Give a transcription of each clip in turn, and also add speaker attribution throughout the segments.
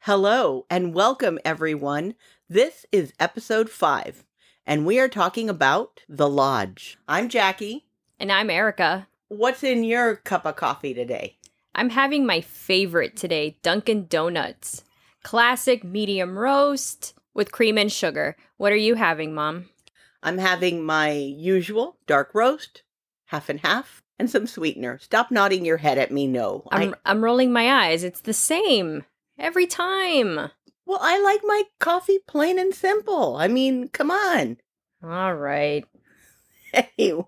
Speaker 1: Hello and welcome, everyone. This is episode five, and we are talking about The Lodge. I'm Jackie.
Speaker 2: And I'm Erica.
Speaker 1: What's in your cup of coffee today?
Speaker 2: I'm having my favorite today Dunkin' Donuts. Classic medium roast with cream and sugar. What are you having, Mom?
Speaker 1: I'm having my usual dark roast, half and half, and some sweetener. Stop nodding your head at me, no. I-
Speaker 2: I'm, I'm rolling my eyes. It's the same every time.
Speaker 1: well, I like my coffee plain and simple. I mean, come on.
Speaker 2: All right.
Speaker 1: anyway,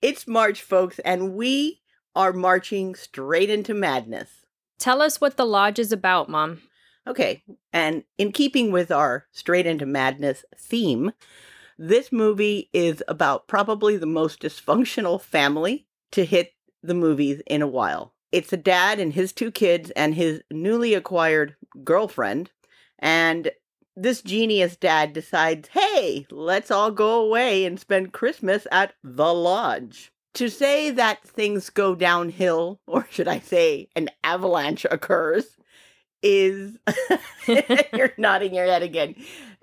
Speaker 1: it's March, folks, and we are marching straight into madness.
Speaker 2: Tell us what the lodge is about, Mom.
Speaker 1: Okay. And in keeping with our straight into madness theme, this movie is about probably the most dysfunctional family to hit the movies in a while. It's a dad and his two kids and his newly acquired girlfriend. And this genius dad decides, hey, let's all go away and spend Christmas at the lodge. To say that things go downhill, or should I say, an avalanche occurs, is you're nodding your head again.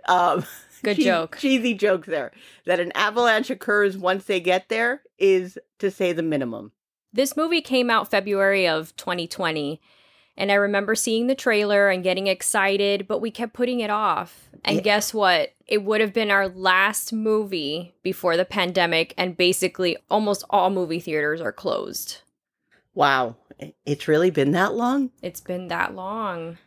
Speaker 1: Um,
Speaker 2: Good
Speaker 1: che-
Speaker 2: joke.
Speaker 1: Cheesy joke there. That an avalanche occurs once they get there is, to say the minimum.
Speaker 2: This movie came out February of 2020, and I remember seeing the trailer and getting excited, but we kept putting it off. And
Speaker 1: Yeah.
Speaker 2: guess what? It would have been our last movie before the pandemic, and basically almost all movie theaters are closed.
Speaker 1: Wow. i- It's really been that long?
Speaker 2: It's been that long.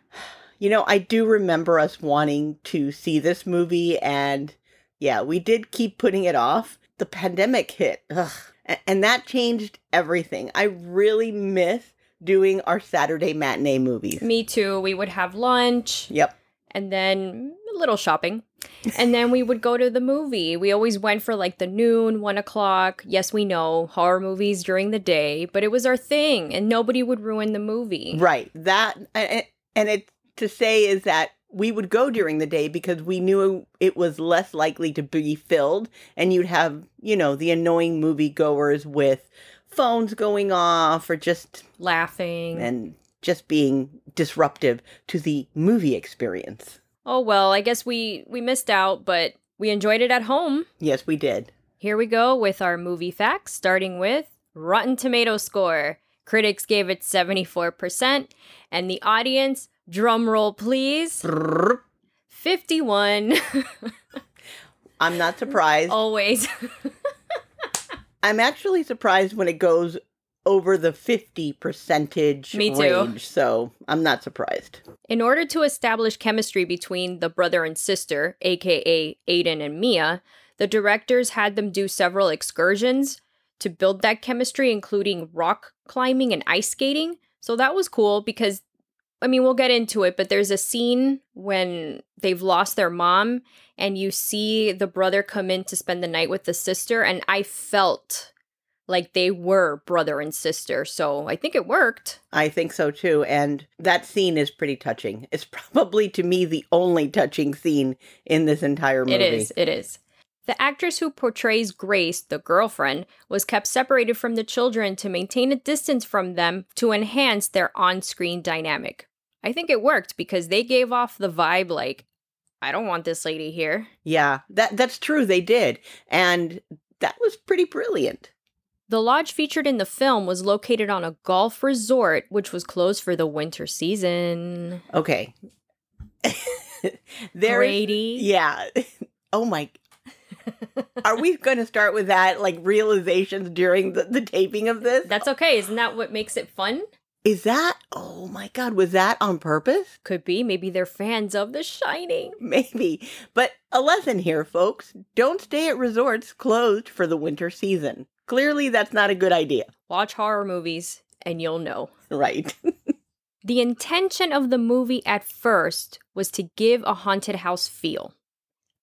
Speaker 1: You know, I do remember us wanting to see this movie, and yeah, we did keep putting it off. The pandemic hit, ugh, a- and that changed everything. I really miss doing our Saturday matinee movies.
Speaker 2: Me too. We would have lunch
Speaker 1: Yep.
Speaker 2: and then a little shopping. And then we would go to the movie. We always went for like the noon, one o'clock. Yes, we know horror movies during the day, but it was our thing and nobody would ruin the movie.
Speaker 1: Right. That and, and it to say is that we would go during the day because we knew it was less likely to be filled and you'd have, you know, the annoying moviegoers with phones going off or just
Speaker 2: Laughing.
Speaker 1: and just being disruptive to the movie experience.
Speaker 2: oh well, I guess we we missed out, but we enjoyed it at home.
Speaker 1: Yes, we did.
Speaker 2: Here we go with our movie facts, starting with Rotten Tomato score. Critics gave it 74%, and the audience, drum roll please,
Speaker 1: Brrr.
Speaker 2: 51.
Speaker 1: I'm not surprised.
Speaker 2: Always.
Speaker 1: I'm actually surprised when it goes over the 50 percentage
Speaker 2: Me too.
Speaker 1: range, so I'm not surprised.
Speaker 2: In order to establish chemistry between the brother and sister, aka Aiden and Mia, the directors had them do several excursions to build that chemistry, including rock climbing and ice skating. So that was cool because, I mean, we'll get into it, but there's a scene when they've lost their mom and you see the brother come in to spend the night with the sister. And I felt like they were brother and sister. So I think it worked.
Speaker 1: I think so too. And that scene is pretty touching. It's probably to me the only touching scene in this entire movie.
Speaker 2: It is. It is. The actress who portrays Grace, the girlfriend, was kept separated from the children to maintain a distance from them to enhance their on screen dynamic. I think it worked because they gave off the vibe like, I don't want this lady here.
Speaker 1: Yeah, that that's true. They did, and that was pretty brilliant.
Speaker 2: The lodge featured in the film was located on a golf resort, which was closed for the winter season.
Speaker 1: Okay, there. is-
Speaker 2: Grady.
Speaker 1: yeah. Oh my. Are we going to start with that like realizations during the, the taping of this?
Speaker 2: That's okay. Isn't that what makes it fun?
Speaker 1: Is that? Oh my God! Was that on purpose?
Speaker 2: Could be. Maybe they're fans of The Shining.
Speaker 1: Maybe. But a lesson here, folks. Don't stay at resorts closed for the winter season. Clearly, that's not a good idea.
Speaker 2: Watch horror movies and you'll know.
Speaker 1: Right.
Speaker 2: The intention of the movie at first was to give a haunted house feel,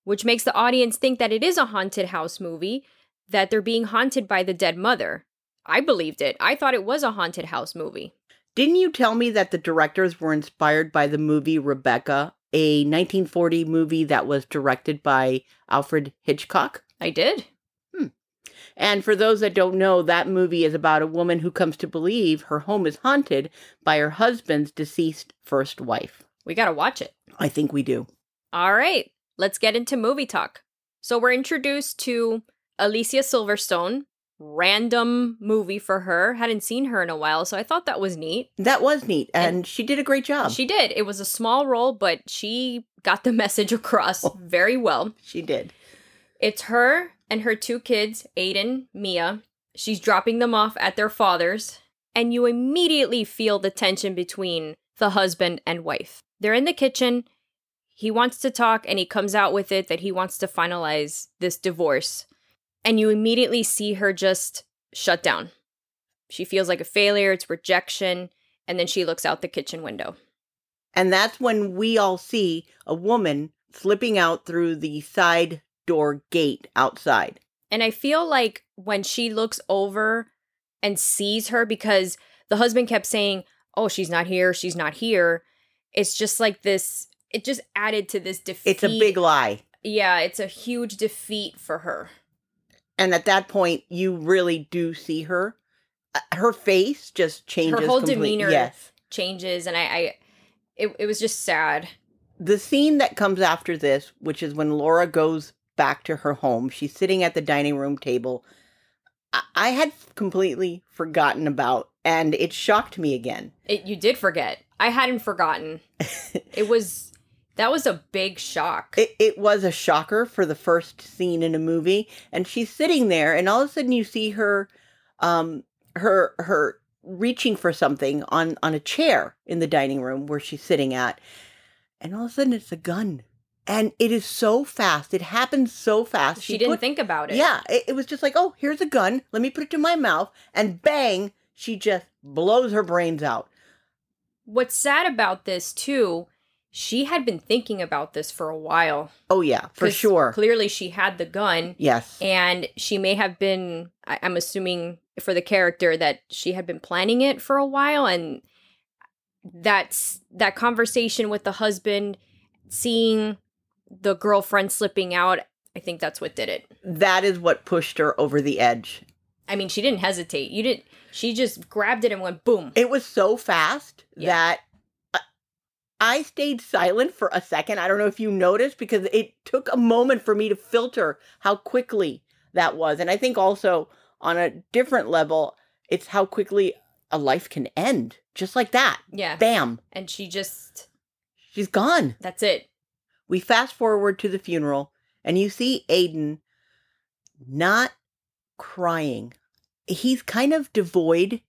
Speaker 2: which makes the audience think that it is a haunted house movie, that they're being haunted by the dead mother. I believed it. I thought it was a haunted house movie.
Speaker 1: Didn't you tell me that the directors were inspired by the movie Rebecca, a 1940 movie that was directed by Alfred Hitchcock?
Speaker 2: I did.
Speaker 1: And for those that don't know, that movie is about a woman who comes to believe her home is haunted by her husband's deceased first wife.
Speaker 2: We got to watch it.
Speaker 1: I think we do.
Speaker 2: All right, let's get into movie talk. So we're introduced to Alicia Silverstone. Random movie for her. Hadn't seen her in a while, so I thought that was neat.
Speaker 1: That was neat. And, she did a great job. She,
Speaker 2: She did. It was a small role, but she got the message across very well.
Speaker 1: did.
Speaker 2: It's her and her two kids, Aiden, Mia. She's dropping them off at their father's, and you immediately feel the tension between the husband and wife. They're in the kitchen. He wants to talk, and he comes out with it that he wants to finalize this divorce. And you immediately see her just shut down. She feels like a failure, it's rejection, and then she looks out the kitchen window.
Speaker 1: And that's when we all see a woman slipping out through the side door gate outside.
Speaker 2: And I feel like when she looks over and sees her, because the husband kept saying, Oh, she's not here, she's not here. It's just like this, it just added to this defeat.
Speaker 1: It's a big lie.
Speaker 2: Yeah, it's a huge defeat for her.
Speaker 1: And at that point, you really do see her. Uh, Her face just changes.
Speaker 2: whole
Speaker 1: complete-
Speaker 2: demeanor.
Speaker 1: Yes.
Speaker 2: Changes, and I, I it, it was just sad.
Speaker 1: the scene that comes after this, which is when Laura goes back to her home, she's sitting at the dining room table. I, I had completely forgotten about, and it shocked me again.
Speaker 2: It, you did forget. I hadn't forgotten. it was, that was a big shock.
Speaker 1: It, it was a shocker for the first scene in a movie, and she's sitting there, and all of a sudden you see her, um, her her reaching for something on on a chair in the dining room where she's sitting at, and all of a sudden it's a gun, and it is so fast. It happens so fast.
Speaker 2: she didn't
Speaker 1: put-
Speaker 2: think about it.
Speaker 1: Yeah, it, it was just like, oh, here's a gun. Let me put it to my mouth. And bang, she just blows her brains out.
Speaker 2: What's sad about this, too, she had been thinking about this for a while.
Speaker 1: Oh, yeah, for
Speaker 2: 'Cause
Speaker 1: sure.
Speaker 2: Clearly, she had the gun,
Speaker 1: yes.
Speaker 2: and she may have been. I- I'm assuming for the character that she had been planning it for a while, and that's that conversation with the husband, seeing the girlfriend slipping out. I think that's what did it.
Speaker 1: that is what pushed her over the edge.
Speaker 2: I mean, she didn't hesitate. You didn't. She just grabbed it and went boom.
Speaker 1: It was so fast
Speaker 2: Yeah.
Speaker 1: that I- I stayed silent for a second. I don't know if you noticed because it took a moment for me to filter how quickly that was. And I think also on a different level, it's how quickly a life can end. Just like that.
Speaker 2: yeah,
Speaker 1: Bam.
Speaker 2: and she just.
Speaker 1: She's gone.
Speaker 2: That's it.
Speaker 1: We fast forward to the funeral, and you see Aiden not crying. He's kind of devoid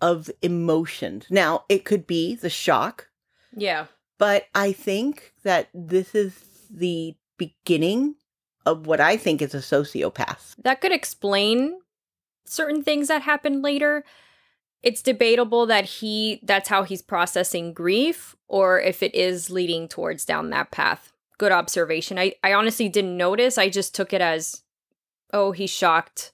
Speaker 1: of emotions. Now, it could be the shock,
Speaker 2: Yeah,
Speaker 1: but I think that this is the beginning of what I think is a sociopath.
Speaker 2: that could explain certain things that happened later. It's debatable that he that's how he's processing grief or if it is leading towards down that path. Good observation. I, I honestly didn't notice. I just took it as oh, he's shocked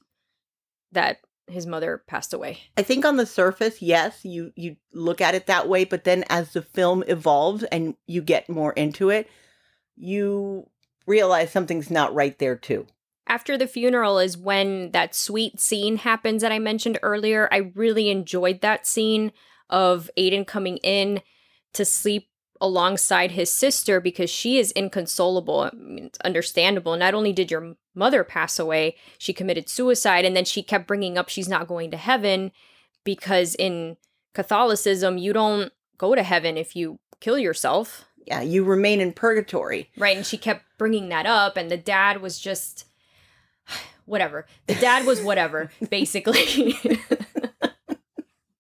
Speaker 2: that his mother passed away.
Speaker 1: I think on the surface, yes, you you look at it that way, but then as the film evolves and you get more into it, you realize something's not right there too.
Speaker 2: After the funeral is when that sweet scene happens that I mentioned earlier. I really enjoyed that scene of Aiden coming in to sleep alongside his sister because she is inconsolable. I mean, it's understandable. Not only did your mother pass away, she committed suicide, and then she kept bringing up she's not going to heaven because in Catholicism, you don't go to heaven if you kill yourself.
Speaker 1: yeah, you remain in purgatory.
Speaker 2: Right. And she kept bringing that up. And the dad was just whatever. The dad was whatever, basically.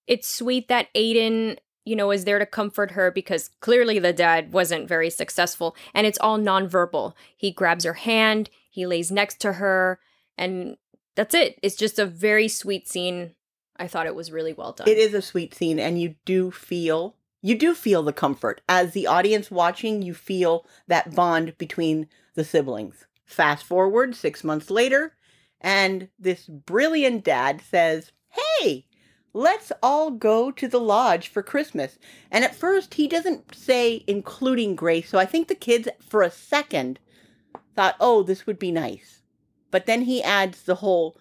Speaker 2: it's sweet that Aiden, you know, is there to comfort her because clearly the dad wasn't very successful. And it's all nonverbal. He grabs her hand, he lays next to her, and that's it. It's just a very sweet scene. I thought it was really well done.
Speaker 1: It is a sweet scene and you do feel you do feel the comfort. As the audience watching, you feel that bond between the siblings. Fast forward 6 months later and this brilliant dad says, "Hey, let's all go to the lodge for Christmas." And at first he doesn't say including Grace, so I think the kids for a second thought, "Oh, this would be nice." But then he adds the whole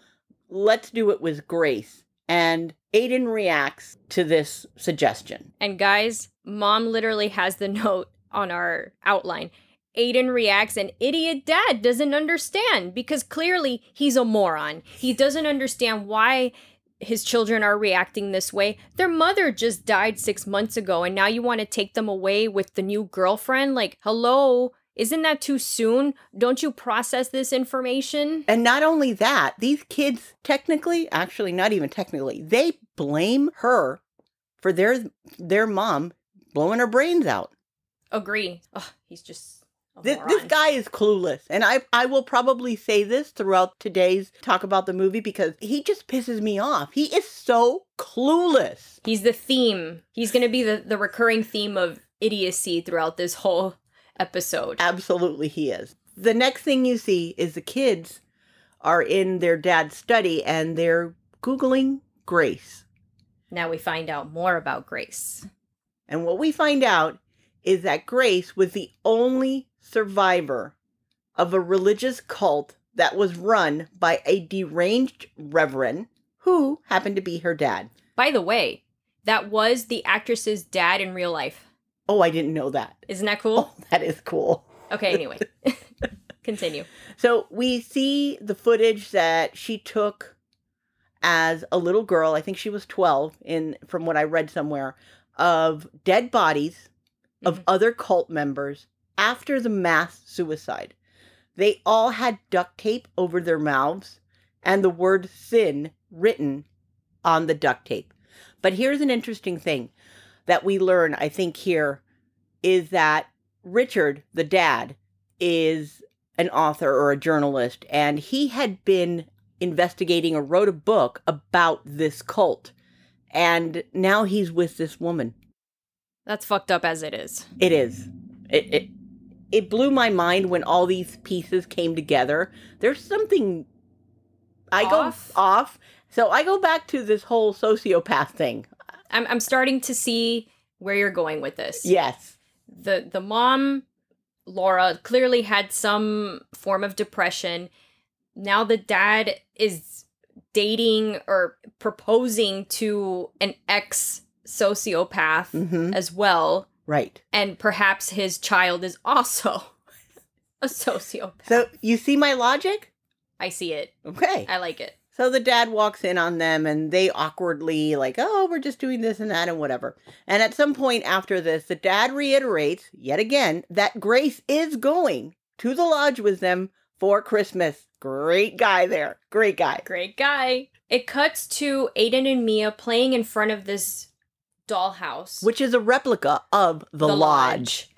Speaker 1: let's do it with grace. And Aiden reacts to this suggestion.
Speaker 2: And guys, mom literally has the note on our outline. Aiden reacts, and idiot dad doesn't understand because clearly he's a moron. He doesn't understand why his children are reacting this way. Their mother just died six months ago, and now you want to take them away with the new girlfriend? Like, hello? Isn't that too soon? Don't you process this information?
Speaker 1: And not only that, these kids technically, actually not even technically, they blame her for their their mom blowing her brains out.
Speaker 2: Agree. Ugh, he's just a
Speaker 1: This,
Speaker 2: moron.
Speaker 1: this guy is clueless. And I, I will probably say this throughout today's talk about the movie because he just pisses me off. He is so clueless.
Speaker 2: He's the theme. He's going to be the, the recurring theme of idiocy throughout this whole episode.
Speaker 1: Absolutely, he is. The next thing you see is the kids are in their dad's study and they're Googling Grace.
Speaker 2: Now we find out more about Grace.
Speaker 1: And what we find out is that Grace was the only survivor of a religious cult that was run by a deranged reverend who happened to be her dad.
Speaker 2: By the way, that was the actress's dad in real life.
Speaker 1: Oh, I didn't know that.
Speaker 2: Isn't that cool?
Speaker 1: Oh, that is cool.
Speaker 2: Okay, anyway. Continue.
Speaker 1: So we see the footage that she took as a little girl. I think she was 12 in from what I read somewhere of dead bodies of
Speaker 2: Mhm.
Speaker 1: other cult members after the mass suicide. They all had duct tape over their mouths and the word sin written on the duct tape. But here's an interesting thing that we learn, I think, here is that Richard, the dad, is an author or a journalist, and he had been investigating or wrote a book about this cult. And now he's with this woman.
Speaker 2: That's fucked up as it is.
Speaker 1: It is. It, it, it blew my mind when all these pieces came together. There's something I
Speaker 2: Off?
Speaker 1: go off. So I go back to this whole sociopath thing.
Speaker 2: I'm I'm starting to see where you're going with this.
Speaker 1: Yes.
Speaker 2: The the mom Laura clearly had some form of depression. Now the dad is dating or proposing to an ex sociopath
Speaker 1: hmm
Speaker 2: as well,
Speaker 1: Right.
Speaker 2: and perhaps his child is also a sociopath.
Speaker 1: So you see my logic?
Speaker 2: I see it.
Speaker 1: Okay.
Speaker 2: I like it.
Speaker 1: So the dad walks in on them and they awkwardly, like, oh, we're just doing this and that and whatever. And at some point after this, the dad reiterates yet again that Grace is going to the lodge with them for Christmas. Great guy there. Great guy.
Speaker 2: Great guy. It cuts to Aiden and Mia playing in front of this dollhouse.
Speaker 1: Which is a replica of the, lodge.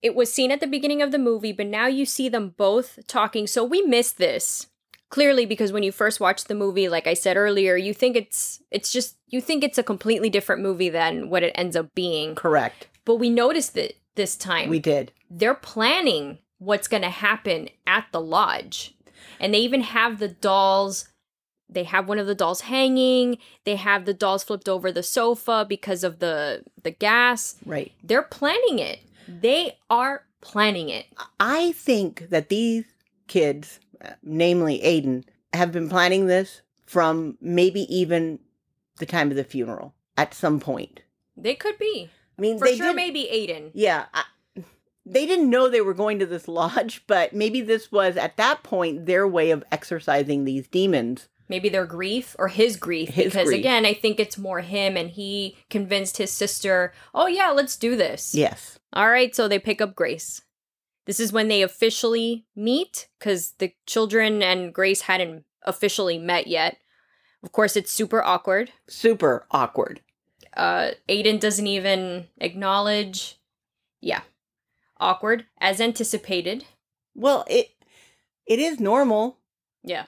Speaker 2: It was seen at the beginning of the movie, but now you see them both talking. So we missed this. Clearly because when you first watch the movie, like I said earlier, you think it's it's just you think it's a completely different movie than what it ends up being.
Speaker 1: Correct.
Speaker 2: But we noticed it this time.
Speaker 1: We did.
Speaker 2: They're planning what's going to happen at the lodge. And they even have the dolls they have one of the dolls hanging. They have the dolls flipped over the sofa because of the the gas.
Speaker 1: Right.
Speaker 2: They're planning it. They are planning it.
Speaker 1: I think that these kids, uh, namely Aiden, have been planning this from maybe even the time of the funeral at some point.
Speaker 2: They could be.
Speaker 1: I mean,
Speaker 2: For
Speaker 1: they
Speaker 2: sure,
Speaker 1: did-
Speaker 2: maybe Aiden.
Speaker 1: Yeah. I, they didn't know they were going to this lodge, but maybe this was at that point their way of exorcising these demons.
Speaker 2: Maybe their grief or his grief.
Speaker 1: His
Speaker 2: because
Speaker 1: grief.
Speaker 2: again, I think it's more him and he convinced his sister, oh, yeah, let's do this.
Speaker 1: Yes.
Speaker 2: All right, so they pick up Grace. This is when they officially meet because the children and Grace hadn't officially met yet. Of course, it's super awkward.
Speaker 1: Super awkward.
Speaker 2: uh Aiden doesn't even acknowledge. Yeah. Awkward as anticipated.
Speaker 1: Well, it it is normal.
Speaker 2: Yeah.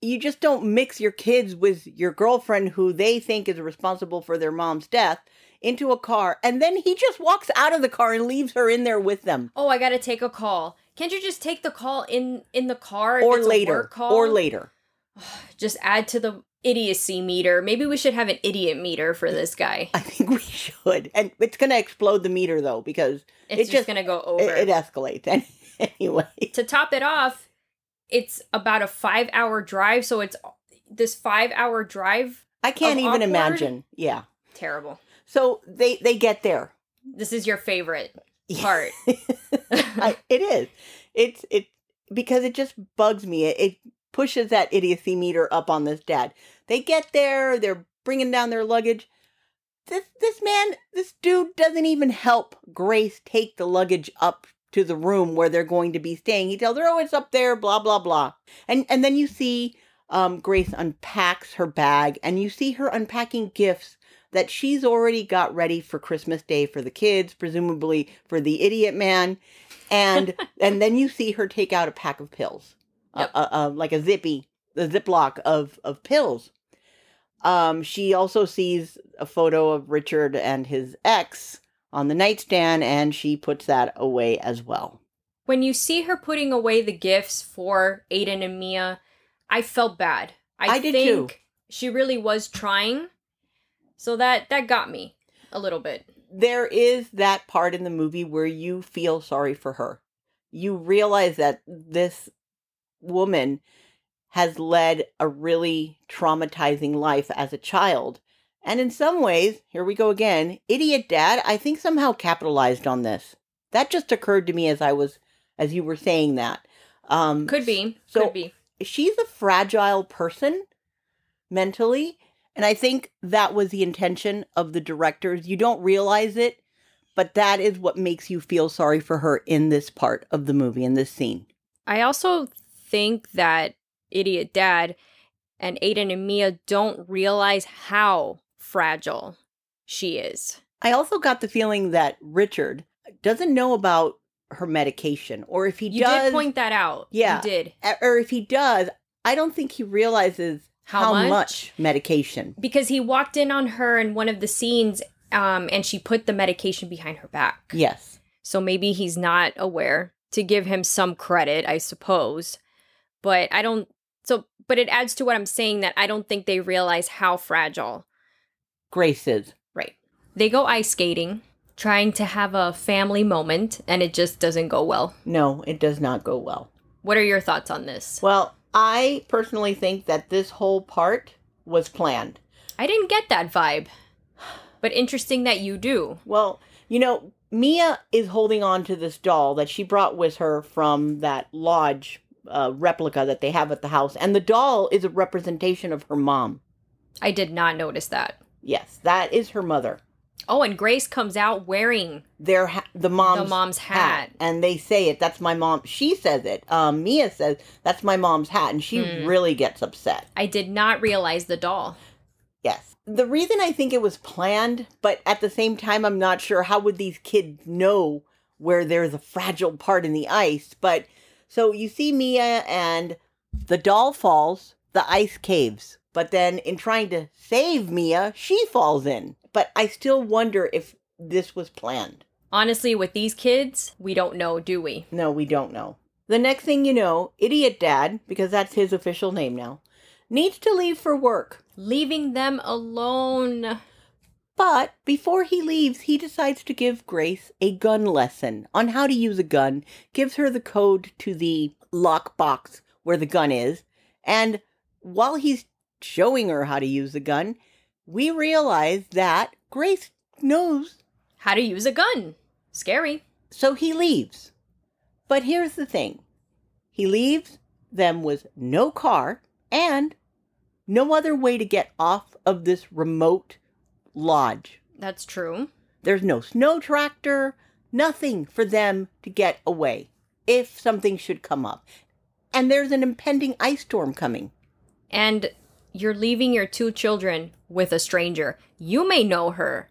Speaker 1: You just don't mix your kids with your girlfriend who they think is responsible for their mom's death into a car and then he just walks out of the car and leaves her in there with them
Speaker 2: Oh, I got to take a call. Can't you just take the call in in the car if
Speaker 1: or
Speaker 2: it's a
Speaker 1: later
Speaker 2: work call?
Speaker 1: or later.
Speaker 2: Just add to the idiocy meter. Maybe we should have an idiot meter for this guy.
Speaker 1: I think we should. And it's going to explode the meter though because
Speaker 2: It's
Speaker 1: It
Speaker 2: just,
Speaker 1: just-
Speaker 2: going to go over.
Speaker 1: it, uh, it escalates. And anyway,
Speaker 2: to top it off, it's about a 5-hour drive, so it's this five hour drive.
Speaker 1: I can't even
Speaker 2: awkward?
Speaker 1: imagine. Yeah.
Speaker 2: Terrible.
Speaker 1: So they they get there.
Speaker 2: This is your favorite part.
Speaker 1: I, it is. It's it because it just bugs me. It, it pushes that idiocy meter up on this dad. They get there. They're bringing down their luggage. This this man, this dude doesn't even help Grace take the luggage up to the room where they're going to be staying. He tells her, "Oh, it's up there." Blah blah blah. And and then you see um, Grace unpacks her bag, and you see her unpacking gifts that she's already got ready for Christmas Day for the kids, presumably for the idiot man, and and then you see her take out a pack of pills,
Speaker 2: Yep.
Speaker 1: uh, uh, uh, like a zippy, a ziploc of of pills. Um, she also sees a photo of Richard and his ex on the nightstand, and she puts that away as well.
Speaker 2: when you see her putting away the gifts for Aiden and Mia, I felt bad. I,
Speaker 1: I did
Speaker 2: think
Speaker 1: too.
Speaker 2: she really was trying. So that that got me a little bit.
Speaker 1: there is that part in the movie where you feel sorry for her. You realize that this woman has led a really traumatizing life as a child. And in some ways, here we go again, idiot dad, I think somehow capitalized on this. That just occurred to me as I was as you were saying that. Um
Speaker 2: Could be.
Speaker 1: So-
Speaker 2: could be.
Speaker 1: she's a fragile person mentally and i think that was the intention of the directors you don't realize it but that is what makes you feel sorry for her in this part of the movie in this scene
Speaker 2: I also think that idiot dad and Aiden and Mia don't realize how fragile she is.
Speaker 1: i also got the feeling that richard doesn't know about her medication or if he
Speaker 2: You
Speaker 1: does
Speaker 2: did point that out.
Speaker 1: Yeah.
Speaker 2: You did.
Speaker 1: or if he does i don't think he realizes
Speaker 2: How much?
Speaker 1: medication
Speaker 2: Because he walked in on her in one of the scenes um, and she put the medication behind her back.
Speaker 1: yes
Speaker 2: So maybe he's not aware to give him some credit, I suppose. But I don't so but it adds to what I'm saying that I don't think they realize how fragile.
Speaker 1: grace is
Speaker 2: Right. They go ice skating, trying to have a family moment, and it just doesn't go well.
Speaker 1: no it does not go well
Speaker 2: What are your thoughts on this?
Speaker 1: Well, I personally think that this whole part was planned.
Speaker 2: I didn't get that vibe. But interesting that you do.
Speaker 1: Well, you know, Mia is holding on to this doll that she brought with her from that lodge uh, replica that they have at the house, and the doll is a representation of her mom.
Speaker 2: I did not notice that.
Speaker 1: Yes, that is her mother.
Speaker 2: Oh, and Grace comes out wearing
Speaker 1: Their ha- the mom's
Speaker 2: the mom's hat.
Speaker 1: hat, and they say it. That's my mom. She says it. Um, Mia says that's my mom's hat, and she
Speaker 2: Hmm.
Speaker 1: really gets upset.
Speaker 2: I did not realize the doll.
Speaker 1: Yes. The reason I think it was planned, but at the same time, I'm not sure how would these kids know where there's a fragile part in the ice. But so you see Mia and the doll falls, the ice caves. But then in trying to save Mia, she falls in. But I still wonder if this was planned.
Speaker 2: Honestly, with these kids, we don't know, do we?
Speaker 1: No, we don't know. The next thing you know, Idiot Dad, because that's his official name now, needs to leave for work.
Speaker 2: Leaving them alone.
Speaker 1: But before he leaves, he decides to give Grace a gun lesson on how to use a gun, gives her the code to the lockbox where the gun is, and while he's showing her how to use the gun, we realize that Grace knows,
Speaker 2: How to use a gun. Scary.
Speaker 1: so he leaves. But here's the thing he leaves them with no car and no other way to get off of this remote lodge.
Speaker 2: That's true.
Speaker 1: There's no snow tractor, nothing for them to get away if something should come up. And there's an impending ice storm coming.
Speaker 2: And you're leaving your two children with a stranger. You may know her,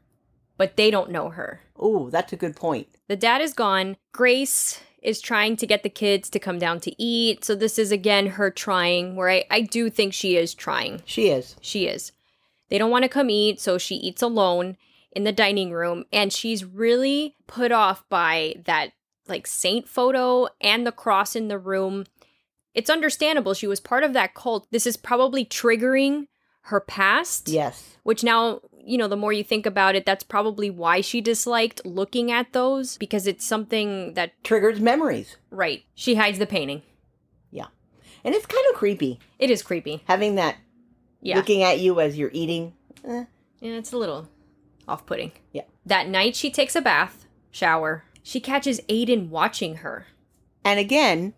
Speaker 2: but they don't know her.
Speaker 1: Oh, that's a good point.
Speaker 2: The dad is gone. Grace is trying to get the kids to come down to eat. So, this is again her trying, where I, I do think she is trying.
Speaker 1: She is.
Speaker 2: She is. They don't want to come eat, so she eats alone in the dining room. And she's really put off by that like saint photo and the cross in the room. It's understandable. She was part of that cult. This is probably triggering her past,
Speaker 1: Yes.
Speaker 2: which now, you know, the more you think about it, that's probably why she disliked looking at those because it's something that,
Speaker 1: Triggers memories.
Speaker 2: right, she hides the painting.
Speaker 1: And it's kind of creepy
Speaker 2: It is creepy.
Speaker 1: having that
Speaker 2: Yeah.
Speaker 1: looking at you as you're eating. Eh,
Speaker 2: Yeah, it's a little off putting.
Speaker 1: Yeah.
Speaker 2: That night, she takes a bath, shower. She catches Aiden watching her.
Speaker 1: And again,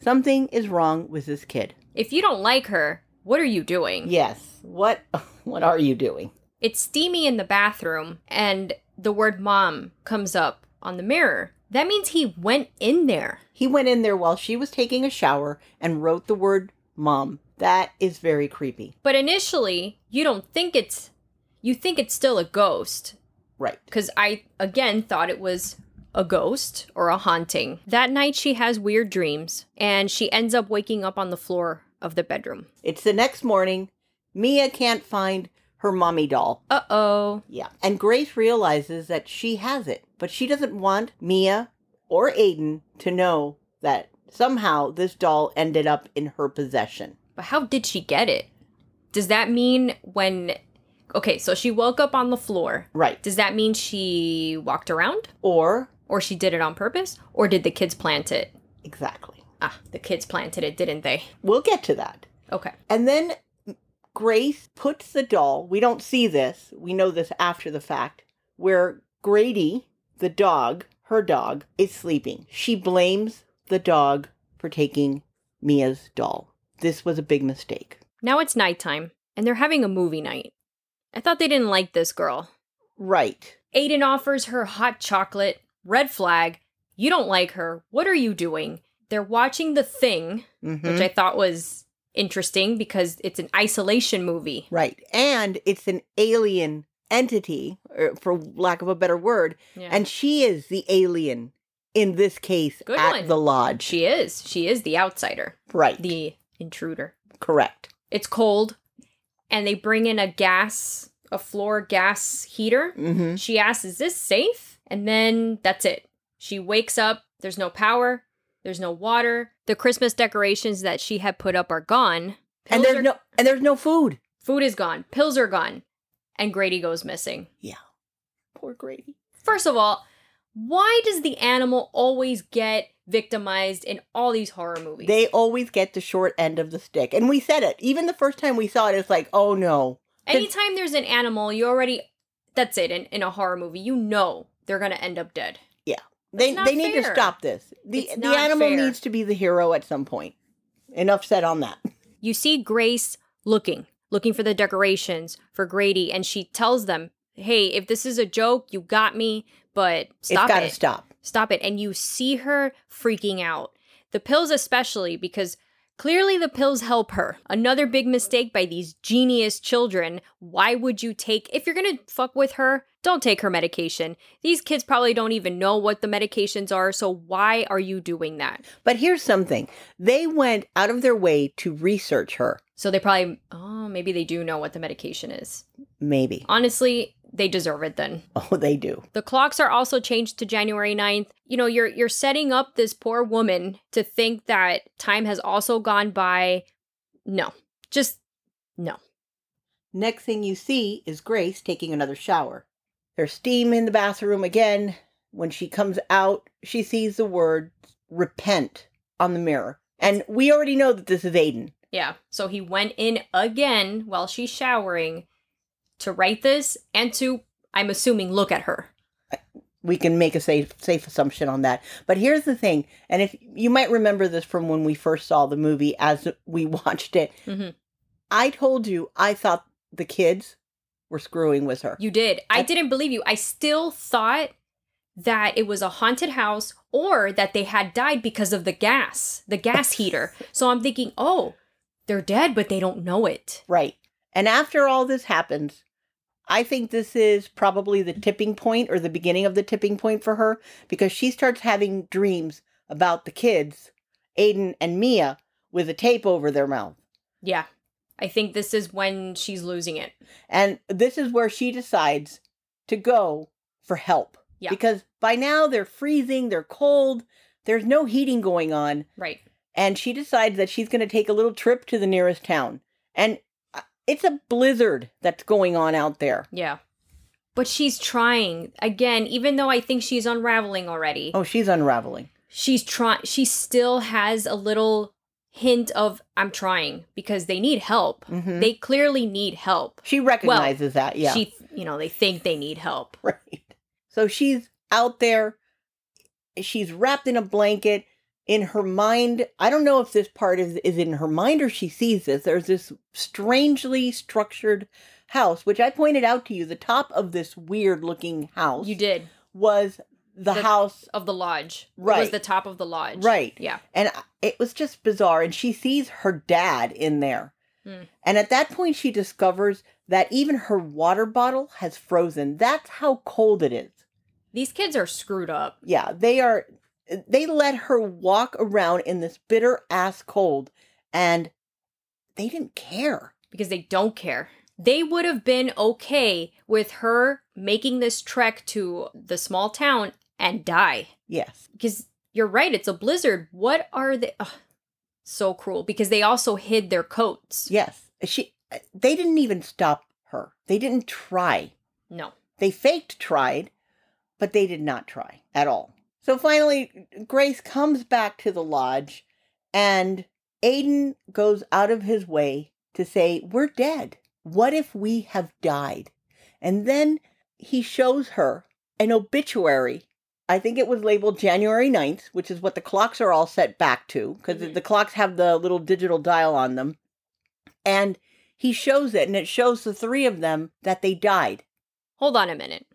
Speaker 1: something is wrong with this kid.
Speaker 2: If you don't like her, what are you doing?
Speaker 1: Yes. What what are you doing?
Speaker 2: It's steamy in the bathroom, and the word mom comes up on the mirror. That means he went in there.
Speaker 1: He went in there while she was taking a shower and wrote the word mom. That is very creepy.
Speaker 2: But initially, you don't think it's. You think it's still a ghost.
Speaker 1: Right.
Speaker 2: Because I, again, thought it was a ghost or a haunting. That night, she has weird dreams, and she ends up waking up on the floor of the bedroom.
Speaker 1: It's the next morning. Mia can't find her mommy doll.
Speaker 2: Uh oh.
Speaker 1: Yeah. And Grace realizes that she has it, but she doesn't want Mia or Aiden to know that somehow this doll ended up in her possession.
Speaker 2: But how did she get it? Does that mean when. Okay, so she woke up on the floor.
Speaker 1: Right.
Speaker 2: Does that mean she walked around?
Speaker 1: Or,
Speaker 2: Or she did it on purpose? Or did the kids plant it?
Speaker 1: exactly.
Speaker 2: Ah, the kids planted it, didn't they?
Speaker 1: We'll get to that.
Speaker 2: Okay.
Speaker 1: And then Grace puts the doll, we don't see this, we know this after the fact, where Grady, the dog, her dog, is sleeping. She blames the dog for taking Mia's doll. This was a big mistake.
Speaker 2: Now it's nighttime, and they're having a movie night. I thought they didn't like this girl.
Speaker 1: Right.
Speaker 2: Aiden offers her hot chocolate. Red flag. You don't like her. What are you doing? They're watching The Thing,
Speaker 1: Mhm.
Speaker 2: which I thought was interesting because it's an isolation movie.
Speaker 1: right. And it's an alien entity, or for lack of a better word,
Speaker 2: Yeah.
Speaker 1: and she is the alien in this case
Speaker 2: Good
Speaker 1: at
Speaker 2: one.
Speaker 1: the lodge.
Speaker 2: she is. She is the outsider,
Speaker 1: right.
Speaker 2: the intruder.
Speaker 1: Correct.
Speaker 2: It's cold, and they bring in a gas, a floor gas heater.
Speaker 1: hmm
Speaker 2: She asks, Is this safe? And then that's it. She wakes up, there's no power, there's no water. The Christmas decorations that she had put up are gone.
Speaker 1: And
Speaker 2: Pills
Speaker 1: there's
Speaker 2: are-
Speaker 1: no and there's no food.
Speaker 2: food is gone, pills are gone, and Grady goes missing.
Speaker 1: Poor Grady.
Speaker 2: First of all, why does the animal always get victimized in all these horror movies?
Speaker 1: They always get the short end of the stick. And we said it. Even the first time we saw it, it's like, oh no.
Speaker 2: Anytime there's an animal, you already that's it in, in a horror movie. You know they're gonna end up dead.
Speaker 1: They
Speaker 2: not
Speaker 1: they need to
Speaker 2: fair.
Speaker 1: stop this. The
Speaker 2: It's
Speaker 1: the
Speaker 2: not
Speaker 1: animal
Speaker 2: fair.
Speaker 1: needs to be the hero at some point. Enough said on that.
Speaker 2: You see Grace looking, looking for the decorations for Grady, and she tells them, Hey, if this is a joke, you got me, but stop
Speaker 1: it's gotta
Speaker 2: it.
Speaker 1: stop.
Speaker 2: Stop it. And you see her freaking out. The pills, especially, because clearly the pills help her. Another big mistake by these genius children. Why would you take, if you're going to fuck with her, don't take her medication. These kids probably don't even know what the medications are. So why are you doing that?
Speaker 1: But here's something. They went out of their way to research her.
Speaker 2: So they probably, oh, maybe they do know what the medication is.
Speaker 1: Maybe.
Speaker 2: Uh, Honestly, they deserve it then.
Speaker 1: Oh, they do.
Speaker 2: The clocks are also changed to January 9th. You know, you're you're setting up this poor woman to think that time has also gone by. No. Just
Speaker 1: Next thing you see is Grace taking another shower. There's steam in the bathroom again. When she comes out, she sees the word repent on the mirror. And we already know that this is Aiden.
Speaker 2: yeah. So he went in again while she's showering to write this and to I'm assuming look at her.
Speaker 1: we can make a safe safe assumption on that. But here's the thing, and if you might remember this from when we first saw the movie as we watched it,
Speaker 2: Mhm.
Speaker 1: I told you I thought the kids were screwing with her.
Speaker 2: You did. I,
Speaker 1: I-
Speaker 2: didn't believe you. I still thought that it was a haunted house or that they had died because of the gas, the gas heater. So I'm thinking, "Oh, they're dead but they don't know it."
Speaker 1: right. And after all this happens, I think this is probably the tipping point or the beginning of the tipping point for her because she starts having dreams about the kids, Aiden and Mia, with a tape over their mouth.
Speaker 2: Yeah. I think this is when she's losing it.
Speaker 1: And this is where she decides to go for help.
Speaker 2: Yeah.
Speaker 1: Because by now they're freezing, they're cold, there's no heating going on.
Speaker 2: Right.
Speaker 1: And she decides that she's going to take a little trip to the nearest town. And uh, it's a blizzard that's going on out there.
Speaker 2: Yeah. But she's trying. Again, even though I think she's unraveling already,
Speaker 1: Oh, she's Oh, unraveling.
Speaker 2: she's trying she still has a little hint of I'm trying because they need help.
Speaker 1: Mhm.
Speaker 2: They clearly need help.
Speaker 1: she recognizes that. Yeah.
Speaker 2: She, you know, they think they need help.
Speaker 1: Right. So she's out there. She's wrapped in a blanket. In her mind, I don't know if this part is, is in her mind or she sees this. There's this strangely structured house, which I pointed out to you. The top of this weird looking house
Speaker 2: You did
Speaker 1: was the,
Speaker 2: The-
Speaker 1: house,
Speaker 2: of the lodge. It was
Speaker 1: Right.
Speaker 2: the top of the lodge.
Speaker 1: right?
Speaker 2: Yeah.
Speaker 1: And I- it was just bizarre. And she sees her dad in there.
Speaker 2: Hmm.
Speaker 1: And at that point, she discovers that even her water bottle has frozen. That's how cold it is.
Speaker 2: These kids are screwed up.
Speaker 1: yeah, they are. They let her walk around in this bitter ass cold, and they didn't care.
Speaker 2: because they don't care. They would have been okay with her making this trek to the small town and die.
Speaker 1: Yes,
Speaker 2: Because you're right, it's a blizzard. What are they? Ugh, so cruel. Because they also hid their coats.
Speaker 1: yes. She. They didn't even stop her. They didn't try.
Speaker 2: No.
Speaker 1: They faked tried, but they did not try at all. So finally, Grace comes back to the lodge, and Aiden goes out of his way to say, We're dead. What if we have died? And then he shows her an obituary. I think it was labeled January 9th, which is what the clocks are all set back to, because
Speaker 2: Mhm.
Speaker 1: the clocks have the little digital dial on them. And he shows it, and it shows the three of them that they died.
Speaker 2: Hold on a minute.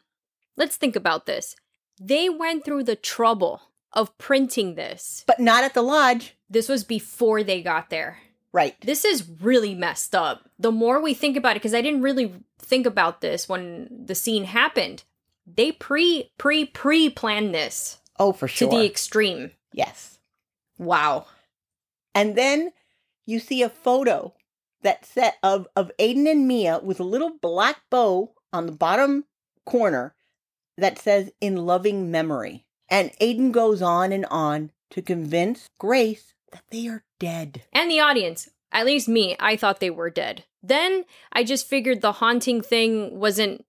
Speaker 2: Let's think about this. They went through the trouble of printing this.
Speaker 1: but not at the lodge.
Speaker 2: This was before they got there.
Speaker 1: Right.
Speaker 2: This is really messed up. The more we think about it, because I didn't really think about this when the scene happened. They pre pre pre planned this
Speaker 1: Oh, for sure.
Speaker 2: to the extreme.
Speaker 1: yes.
Speaker 2: Wow.
Speaker 1: And then you see a photo that set of of Aiden and Mia with a little black bow on the bottom corner that says "In loving memory." And Aiden goes on and on to convince Grace that they are dead.
Speaker 2: And the audience, at least me, I thought they were dead. Then I just figured the haunting thing wasn't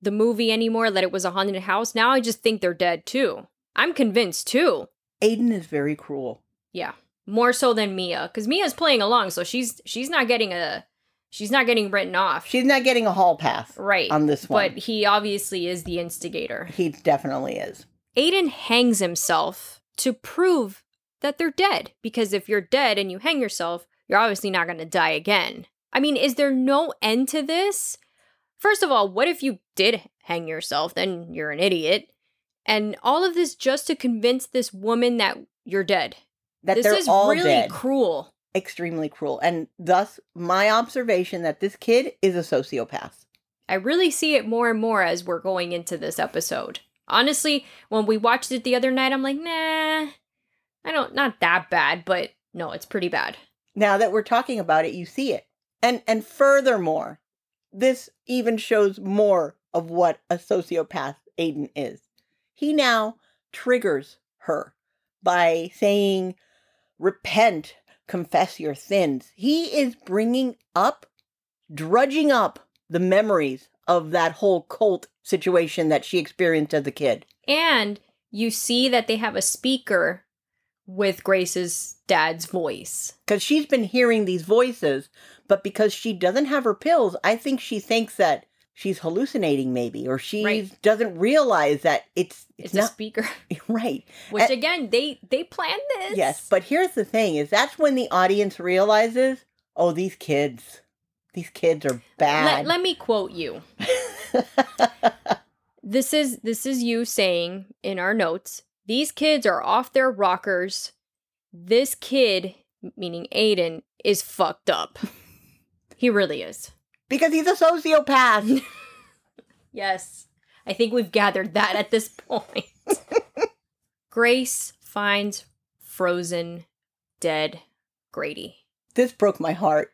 Speaker 2: the movie anymore, that it was a haunted house. Now I just think they're dead too. I'm convinced too.
Speaker 1: Aiden is very cruel.
Speaker 2: More so than Mia, because Mia's playing along, so she's she's not getting a she's not getting written off.
Speaker 1: She's not getting a hall pass
Speaker 2: right.
Speaker 1: on this one.
Speaker 2: but he obviously is the instigator.
Speaker 1: he definitely is.
Speaker 2: Aiden hangs himself to prove that they're dead because if you're dead and you hang yourself, you're obviously not going to die again. I mean, is there no end to this? First of all, what if you did hang yourself? Then you're an idiot. And all of this just to convince this woman that you're dead.
Speaker 1: That
Speaker 2: this
Speaker 1: they're
Speaker 2: is
Speaker 1: all
Speaker 2: really
Speaker 1: dead.
Speaker 2: cruel.
Speaker 1: extremely cruel. And thus, my observation that this kid is a sociopath.
Speaker 2: I really see it more and more as we're going into this episode. Honestly, when we watched it the other night, I'm like, nah, I don't, not that bad, but no, it's pretty bad.
Speaker 1: now that we're talking about it you see it and and furthermore this even shows more of what a sociopath aiden is he now triggers her by saying repent confess your sins he is bringing up drudging up the memories of that whole cult situation that she experienced as a kid
Speaker 2: And you see that they have a speaker with Grace's dad's voice.
Speaker 1: because she's been hearing these voices, but because she doesn't have her pills, I think she thinks that she's hallucinating, maybe, or she
Speaker 2: Right.
Speaker 1: doesn't realize that it's
Speaker 2: It's,
Speaker 1: it's,
Speaker 2: a speaker,
Speaker 1: not right.
Speaker 2: which
Speaker 1: and-
Speaker 2: again, they they planned this.
Speaker 1: Eh, Yes, but here's the thing: is that's when the audience realizes, oh, these kids, these kids are
Speaker 2: let,
Speaker 1: bad.
Speaker 2: let me quote you. This is this is you saying in our notes, these kids are off their rockers. This kid, meaning Aiden, is fucked up. he really is.
Speaker 1: because he's a sociopath.
Speaker 2: Yes. I think we've gathered that at this point. Grace finds frozen, dead Grady.
Speaker 1: this broke my heart.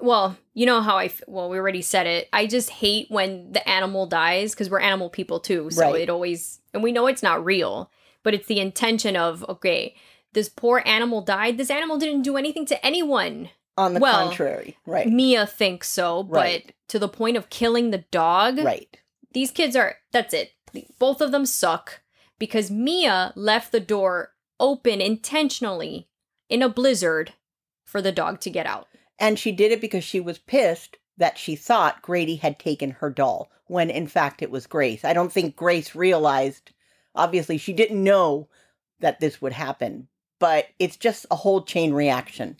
Speaker 2: Well, you know how I, f- well, we already said it. I just hate when the animal dies because we're animal people too. So
Speaker 1: Right.
Speaker 2: it always, and we know it's not real, but it's the intention of, okay, this poor animal died. This animal didn't do anything to anyone.
Speaker 1: On the
Speaker 2: Well,
Speaker 1: contrary, right,
Speaker 2: Mia thinks so, but
Speaker 1: Right.
Speaker 2: to the point of killing the dog.
Speaker 1: right,
Speaker 2: these kids are that's it both of them suck because mia left the door open intentionally in a blizzard for the dog to get out.
Speaker 1: And she did it because she was pissed that she thought Grady had taken her doll, when in fact it was Grace. I don't think Grace realized, obviously, she didn't know that this would happen, but it's just a whole chain reaction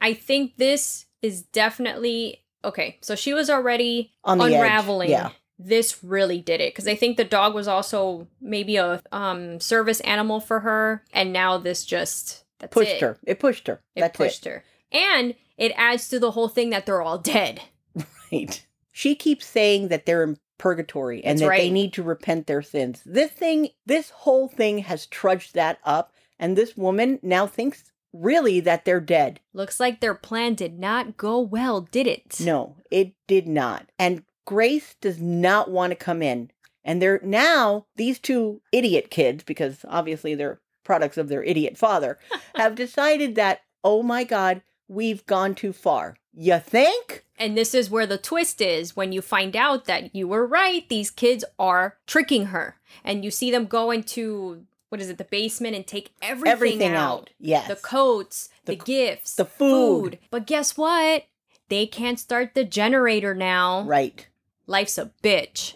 Speaker 2: I think this is definitely okay. So she was already
Speaker 1: on the edge.
Speaker 2: unraveling.
Speaker 1: Yeah.
Speaker 2: This really did it because I think the dog was also maybe a um, service animal for her, and now this just that's
Speaker 1: Pushed
Speaker 2: it.
Speaker 1: her. It pushed her.
Speaker 2: It
Speaker 1: That's
Speaker 2: pushed her, and it adds to the whole thing that they're all dead.
Speaker 1: it. Right. She keeps saying that they're in purgatory and
Speaker 2: That's
Speaker 1: that they
Speaker 2: right.
Speaker 1: need to repent their sins. This thing, this whole thing has trudged that up, and this woman now thinks really that they're dead.
Speaker 2: Looks like their plan did not go well, did it?
Speaker 1: No, it did not. And Grace does not want to come in. And they're now these two idiot kids, because obviously they're products of their idiot father, have decided that, oh my God, we've gone too far. You think?
Speaker 2: And this is where the twist is when you find out that you were right, these kids are tricking her. And you see them go into what is it, the basement and take everything,
Speaker 1: Everything
Speaker 2: out.
Speaker 1: out. Yes.
Speaker 2: The coats,
Speaker 1: The
Speaker 2: the,
Speaker 1: c-
Speaker 2: gifts,
Speaker 1: the food.
Speaker 2: But guess what? They can't start the generator now.
Speaker 1: right.
Speaker 2: Life's a bitch.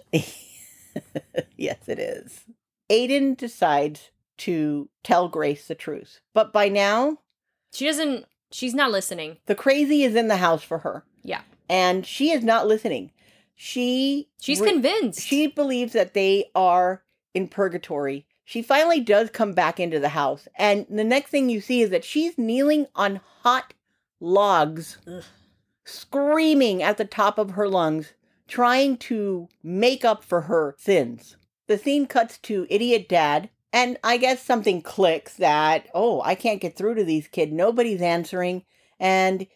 Speaker 1: yes, it is. Aiden decides to tell Grace the truth. But by now,
Speaker 2: She doesn't she's not listening.
Speaker 1: the crazy is in the house for her.
Speaker 2: Yeah.
Speaker 1: And she is not listening. She
Speaker 2: She's
Speaker 1: re-
Speaker 2: convinced.
Speaker 1: She believes that they are in purgatory. She finally does come back into the house. And the next thing you see is that she's kneeling on hot logs,
Speaker 2: Ugh.
Speaker 1: screaming at the top of her lungs, trying to make up for her sins. The scene cuts to idiot dad. And I guess something clicks that, oh, I can't get through to these kids. Nobody's answering. And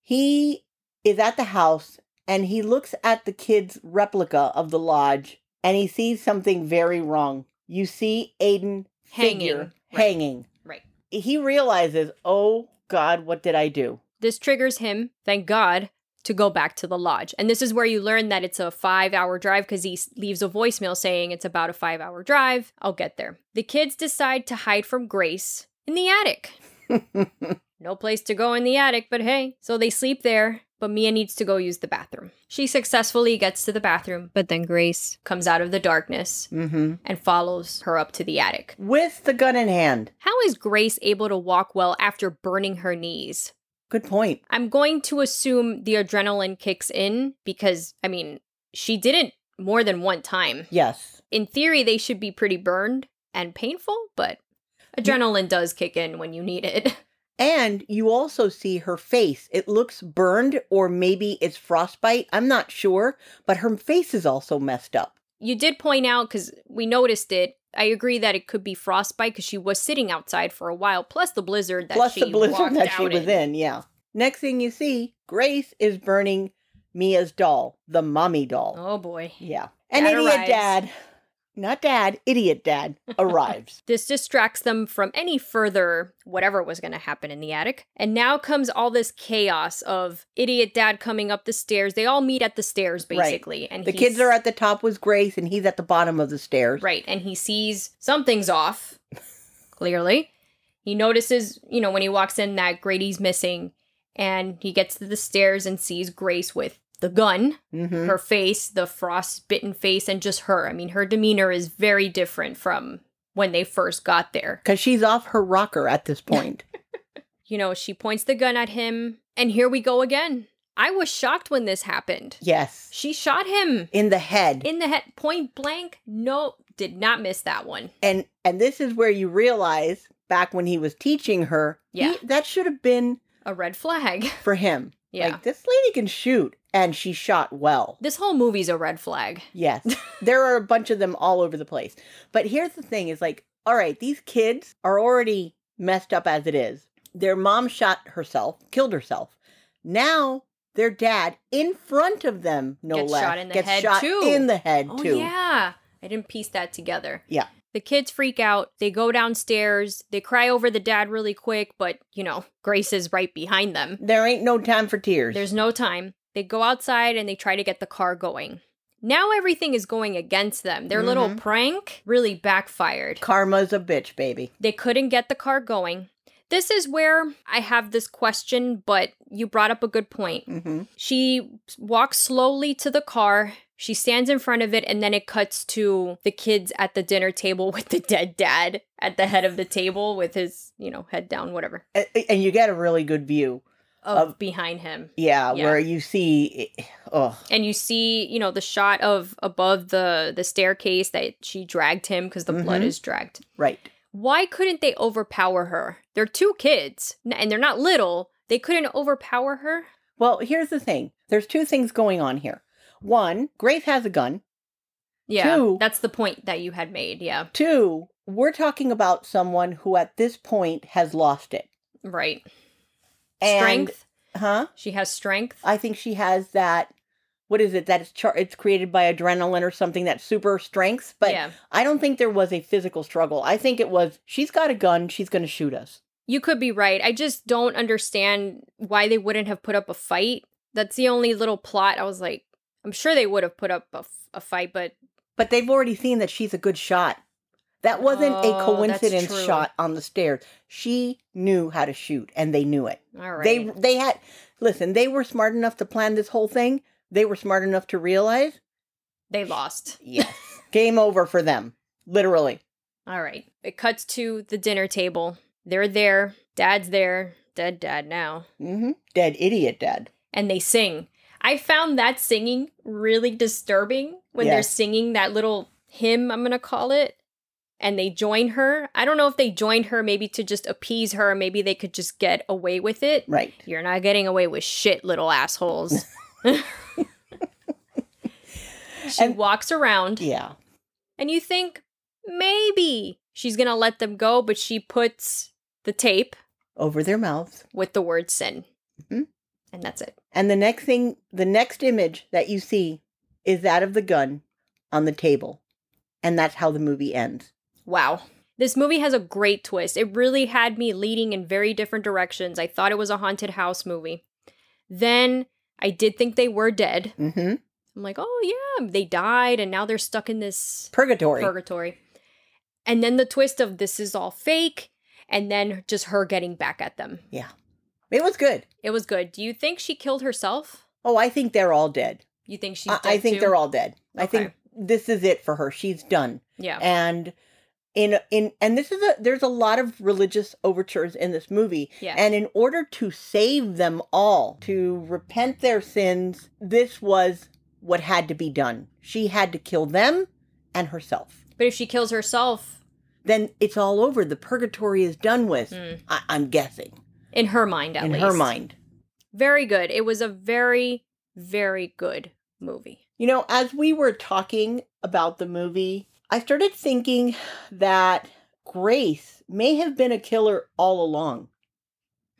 Speaker 1: he is at the house and he looks at the kid's replica of the lodge and he sees something very wrong. You see Aiden
Speaker 2: hanging.
Speaker 1: figure
Speaker 2: Right.
Speaker 1: hanging.
Speaker 2: Right.
Speaker 1: He realizes, "Oh god, what did I do?"
Speaker 2: This triggers him, thank God, to go back to the lodge. And this is where you learn that it's a five hour drive because he s- leaves a voicemail saying it's about a five hour drive. I'll get there. The kids decide to hide from Grace in the attic. No place to go in the attic, but hey. So they sleep there, but Mia needs to go use the bathroom. She successfully gets to the bathroom, but then Grace comes out of the darkness
Speaker 1: mhm.
Speaker 2: and follows her up to the attic.
Speaker 1: With the gun in hand.
Speaker 2: How is Grace able to walk well after burning her knees?
Speaker 1: Good point.
Speaker 2: I'm going to assume the adrenaline kicks in because, I mean, she did it more than one time.
Speaker 1: Yes.
Speaker 2: In theory, they should be pretty burned and painful, but adrenaline does kick in when you need it.
Speaker 1: And you also see her face. It looks burned or maybe it's frostbite. I'm not sure, but her face is also messed up.
Speaker 2: You did point out, because we noticed it, I agree that it could be frostbite because she was sitting outside for a while, plus the blizzard that
Speaker 1: Plus
Speaker 2: she
Speaker 1: the blizzard
Speaker 2: walked
Speaker 1: that she
Speaker 2: out
Speaker 1: was in, yeah. Next thing you see, Grace is burning Mia's doll, the mommy doll.
Speaker 2: Oh boy.
Speaker 1: Yeah. An
Speaker 2: Dad
Speaker 1: idiot
Speaker 2: arrives.
Speaker 1: dad, not dad, idiot dad arrives.
Speaker 2: This distracts them from any further whatever was going to happen in the attic. And now comes all this chaos of idiot dad coming up the stairs. They all meet at the stairs
Speaker 1: Right.
Speaker 2: basically. And
Speaker 1: The
Speaker 2: he's-
Speaker 1: kids are at the top with Grace and he's at the bottom of the stairs.
Speaker 2: Right, and he sees something's off. Clearly, he notices, you know, when he walks in that Grady's missing and he gets to the stairs and sees Grace with the gun,
Speaker 1: hmm
Speaker 2: her face, the frostbitten face and just her. I mean, her demeanor is very different from when they first got there.
Speaker 1: Cuz she's off her rocker at this point.
Speaker 2: You know, she points the gun at him, and here we go again. I was shocked when this happened.
Speaker 1: yes.
Speaker 2: She shot him
Speaker 1: In the head.
Speaker 2: in the head, point blank. No, did not miss that one.
Speaker 1: and and this is where you realize back when he was teaching her, he-
Speaker 2: Yeah.
Speaker 1: that should have been
Speaker 2: A red flag.
Speaker 1: for him.
Speaker 2: Yeah.
Speaker 1: Like this lady can shoot and she shot well.
Speaker 2: this whole movie's a red flag.
Speaker 1: Yes. there are a bunch of them all over the place. But here's the thing is like, all right, these kids are already messed up as it is. Their mom shot herself, killed herself. Now their dad in front of them, no
Speaker 2: Gets
Speaker 1: less,
Speaker 2: shot in the
Speaker 1: gets
Speaker 2: head,
Speaker 1: shot
Speaker 2: too.
Speaker 1: in the head
Speaker 2: Oh,
Speaker 1: too.
Speaker 2: yeah. I didn't piece that together.
Speaker 1: Yeah.
Speaker 2: The kids freak out. They go downstairs. They cry over the dad really quick, but, you know, Grace is right behind them.
Speaker 1: There ain't no time for tears.
Speaker 2: There's no time. They go outside and they try to get the car going. Now everything is going against them. Their little
Speaker 1: Mhm.
Speaker 2: prank really backfired.
Speaker 1: Karma's a bitch, baby.
Speaker 2: They couldn't get the car going. This is where I have this question, but you brought up a good point.
Speaker 1: Mm-hmm.
Speaker 2: She walks slowly to the car. She stands in front of it, and then it cuts to the kids at the dinner table with the dead dad at the head of the table with his, you know, head down, whatever,
Speaker 1: And, and you get a really good view.
Speaker 2: of
Speaker 1: Of-
Speaker 2: behind him.
Speaker 1: Yeah,
Speaker 2: Yeah.
Speaker 1: where you see, oh,
Speaker 2: And you see, you know, the shot of above the the staircase that she dragged him because the blood
Speaker 1: Mhm.
Speaker 2: is dragged.
Speaker 1: right.
Speaker 2: Why couldn't they overpower her? They're two kids, n- and they're not little. They couldn't overpower her.
Speaker 1: Well, here's the thing. There's two things going on here. One, Grace has a gun.
Speaker 2: Yeah,
Speaker 1: Two.
Speaker 2: that's the point that you had made. Yeah,
Speaker 1: Two, we're talking about someone who at this point has lost it.
Speaker 2: right.
Speaker 1: And-
Speaker 2: strength.
Speaker 1: Huh?
Speaker 2: She has strength.
Speaker 1: I think she has that. What is it? That it's char- it's created by adrenaline or something. That super strength. But
Speaker 2: yeah,
Speaker 1: I don't think there was a physical struggle. I think it was she's got a gun. She's going to shoot us.
Speaker 2: you could be right. I just don't understand why they wouldn't have put up a fight. That's the only little plot I was like, I'm sure they would have put up a, f- a fight, but
Speaker 1: But they've already seen that she's a good shot. That wasn't
Speaker 2: Oh,
Speaker 1: a
Speaker 2: that's
Speaker 1: coincidence
Speaker 2: true.
Speaker 1: shot on the stairs. She knew how to shoot, and they knew it.
Speaker 2: all right.
Speaker 1: They they had listen. They were smart enough to plan this whole thing. They were smart enough to realize.
Speaker 2: they lost.
Speaker 1: Yes, game over for them. Literally.
Speaker 2: All right. It cuts to the dinner table. They're there. Dad's there. Dead dad now.
Speaker 1: Mm-hmm. Dead idiot, Dad.
Speaker 2: and they sing. I found that singing really disturbing when they're
Speaker 1: Yes.
Speaker 2: singing that little hymn, I'm going to call it, and they join her. I don't know if they joined her maybe to just appease her, maybe they could just get away with it.
Speaker 1: Right.
Speaker 2: You're not getting away with shit, little assholes. she
Speaker 1: And-
Speaker 2: walks around,
Speaker 1: Yeah.
Speaker 2: and you think maybe she's going to let them go, but she puts the tape
Speaker 1: Over their mouths.
Speaker 2: with the word sin.
Speaker 1: Mhm.
Speaker 2: And that's it.
Speaker 1: And the next thing, the next image that you see is that of the gun on the table. And that's how the movie ends.
Speaker 2: Wow. This movie has a great twist. It really had me leading in very different directions. I thought it was a haunted house movie. Then I did think they were dead.
Speaker 1: Mm-hmm.
Speaker 2: I'm like, oh, yeah, they died and now they're stuck in this
Speaker 1: Purgatory.
Speaker 2: purgatory. And then the twist of this is all fake and then just her getting back at them.
Speaker 1: it was good.
Speaker 2: It was good. Do you think she killed herself?
Speaker 1: Oh, I think they're all dead.
Speaker 2: You think she's
Speaker 1: I,
Speaker 2: dead?
Speaker 1: I think
Speaker 2: too?
Speaker 1: they're all dead. I
Speaker 2: Okay.
Speaker 1: think this is it for her. She's done.
Speaker 2: Yeah.
Speaker 1: And in in and this is a there's a lot of religious overtures in this movie.
Speaker 2: Yeah.
Speaker 1: And in order to save them all, to repent their sins, this was what had to be done. She had to kill them and herself.
Speaker 2: but if she kills herself,
Speaker 1: Then it's all over. The purgatory is done with.
Speaker 2: mm,
Speaker 1: I- I'm guessing
Speaker 2: in her mind, at
Speaker 1: Hmm. in
Speaker 2: least.
Speaker 1: her mind.
Speaker 2: Very good. It was a very, very good movie.
Speaker 1: You know, as we were talking about the movie, I started thinking that Grace may have been a killer all along.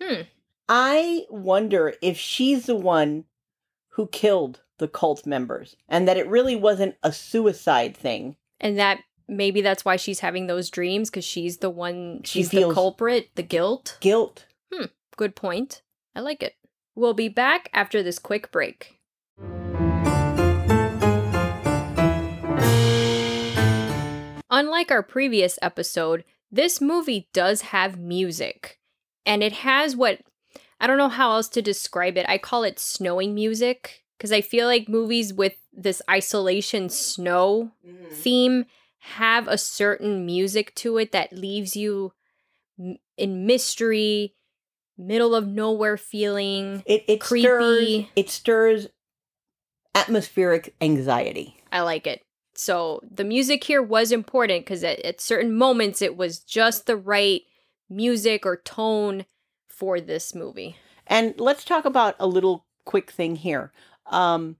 Speaker 2: Hmm.
Speaker 1: I wonder if she's the one who killed the cult members and that it really wasn't a suicide thing.
Speaker 2: and that maybe that's why she's having those dreams because she's the one
Speaker 1: She
Speaker 2: she's the
Speaker 1: feels-
Speaker 2: culprit the guilt
Speaker 1: Guilt.
Speaker 2: good point i like it we'll be back after this quick break unlike our previous episode this movie does have music and it has what i don't know how else to describe it i call it snowing music because i feel like movies with this isolation snow theme have a certain music to it that leaves you m- in mystery, middle of nowhere feeling.
Speaker 1: It it stirs
Speaker 2: Creepy.
Speaker 1: it stirs atmospheric anxiety.
Speaker 2: I like it. So the music here was important because at, at certain moments it was just the right music or tone for this movie.
Speaker 1: And let's talk about a little quick thing here. Um,